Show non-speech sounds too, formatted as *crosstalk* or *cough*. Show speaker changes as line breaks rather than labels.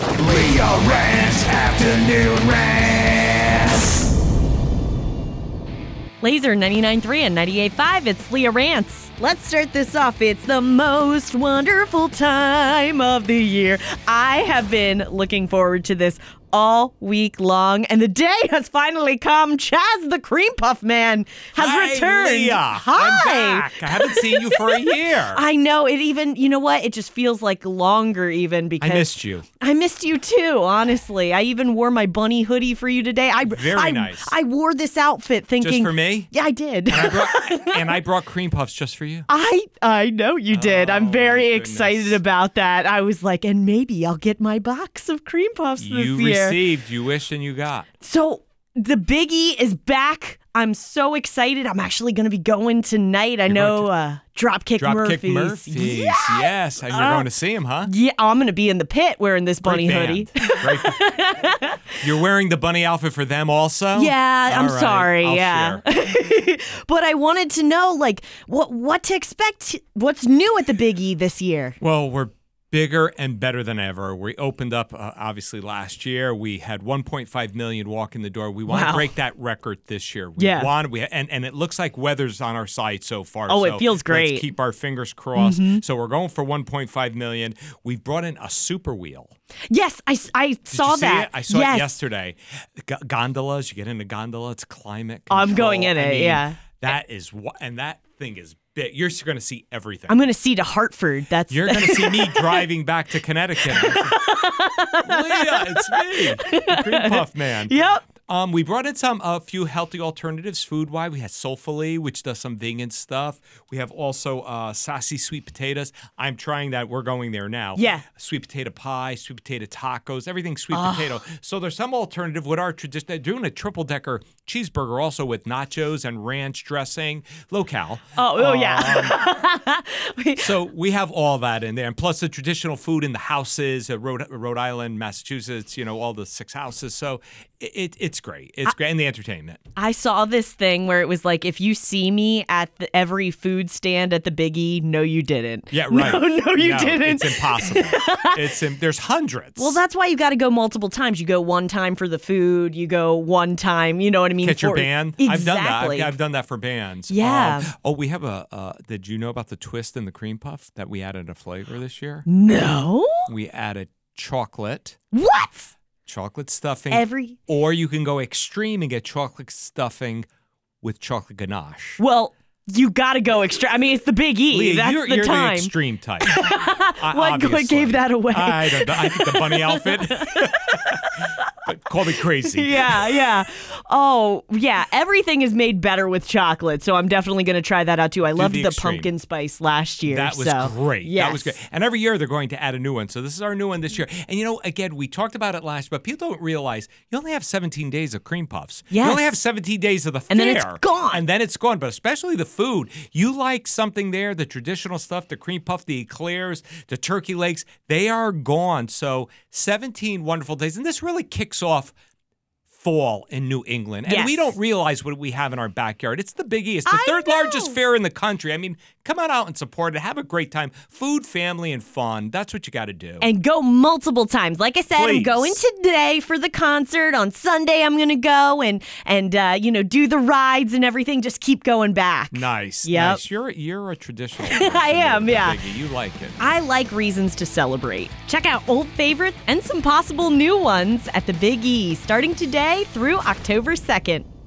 Radio Rants Afternoon Rants.
Laser 99.3 and 98.5, it's Leah Rance. Let's start this off. It's the most wonderful time of the year. I have been looking forward to this all week long, and the day has finally come. Chaz the Cream Puff Man has
Hi,
returned.
Leah.
Hi.
I'm back. I haven't seen you
*laughs*
for a year. I,
I know it even you know what it just feels like longer even because
missed you.
I missed you too, honestly. I even wore my bunny hoodie for you today. I
Very
I,
nice.
I wore this outfit thinking
for me?
Yeah, I did.
I
*laughs*
brought- and I brought cream puffs just for you.
I I know you did. I'm
Oh,
very
my
excited
goodness.
about that. I was like, and maybe I'll get my box of cream puffs this
You
year.
received, you wish, and you got.
So the biggie is back. I'm so excited. I'm actually going to be going tonight. I know uh, Dropkick,
Dropkick
Murphys.
Murphys.
Yeah.
Yes. And you're going to see him, huh?
Yeah, I'm going to be in the pit wearing this bunny
Great
hoodie.
band. Great band. You're wearing the bunny outfit for them
*laughs*
also?
Yeah, I'm
All right,
sorry.
I'll
yeah.
share.
*laughs* but I wanted to know like what what to expect what's new at the biggie this year.
Well, we're bigger and better than ever. We opened up uh, obviously last year. We had 1.5 million walk in the door. We want
Wow.
to break that record this year. We
Yeah.
want we and and it looks like weather's on our side so far.
Oh, it
So
feels great. Mm-hmm.
Let's keep our fingers crossed. So we're going for 1.5 million. We've brought in a super wheel.
Yes, I, s- I
Did
saw
you see
that.
It? I saw
yes.
it yesterday. G- gondolas, you get in a gondola, it's climate control.
I'm going in
I
it,
mean,
yeah.
That is what and that thing is big. You're going to see everything.
I'm going to see to Hartford. That's
You're going to see me driving back to Connecticut. Leah, it's me, the cream
*laughs*
puff *laughs* man.
Yep.
Um, we brought in some a few healthy alternatives food wise. We had Soulfully, which does some vegan stuff. We have also uh, sassy sweet potatoes. I'm trying that. We're going there now.
Yeah.
Sweet potato pie, sweet potato tacos, everything sweet potato. So there's some alternative with our tradition. They're doing a triple decker cheeseburger also with nachos and ranch dressing, locale.
Oh, oh yeah.
Um,
*laughs*
So we have all that in there, and plus the traditional food in the houses, uh, Rhode, Rhode Island, Massachusetts, you know, all the six houses. So it, it it's great. It's great, and the entertainment.
I saw this thing where it was like, if you see me at the, every food stand at the Biggie, no, you didn't.
Yeah,
*laughs*
right.
No, no, you didn't. *laughs*
It's impossible. it's im- there's hundreds.
well, that's why you got to go multiple times. You go one time for the food. You go one time. You know what I mean?
Catch your
for-
band.
Exactly.
I've done that. I've, I've done that for bands. Um,
Yeah.
oh, we have a. Uh, did you know about the twist in the cream puff that we added a flavor this year?
no.
We added chocolate.
What?
chocolate stuffing.
Every-
or you can go extreme and get chocolate stuffing with chocolate ganache.
Well, you got to go extra. I mean, it's the Big E.
Leah,
That's
you're,
the
you're
time.
the
*laughs*
extreme type. I-
What- what
obviously.
gave that away?
I don't know. I think the
*laughs*
bunny outfit. but call me crazy.
yeah, yeah. Oh, yeah. Everything is made better with chocolate, so I'm definitely going to try that out too. I loved
the
the,
extreme.
pumpkin spice last year.
That was
so.
great. That was
yes.
great. And every year they're going to add a new one. So this is our new one this year. And you know, again, we talked about it last, but people don't realize you only have 17 days of cream puffs. You only
Yes.
have 17 days of the
And
fair.
then it's gone.
And then it's gone. But especially the food. You like something there, the traditional stuff, the cream puff, the eclairs, the turkey legs, they are gone. So 17 wonderful days. And this really kicks off fall in New England. And
Yes.
we don't realize what we have in our backyard. It's the Big East, the
I
third largest
know.
fair in the country. I mean, come on out and support it. Have a great time. Food, family, and fun. That's what you got to do.
And go multiple times. Like I said, I'm
Please.
going today for the concert. On Sunday, I'm going to go and and uh, you know do the rides and everything. Just keep going back.
nice.
Yep.
Nice. You're you're a traditional. person,
*laughs* I am,
Big
yeah.
Iggy. You like it.
I like reasons to celebrate. Check out old favorites and some possible new ones at the Big E starting today through October 2nd.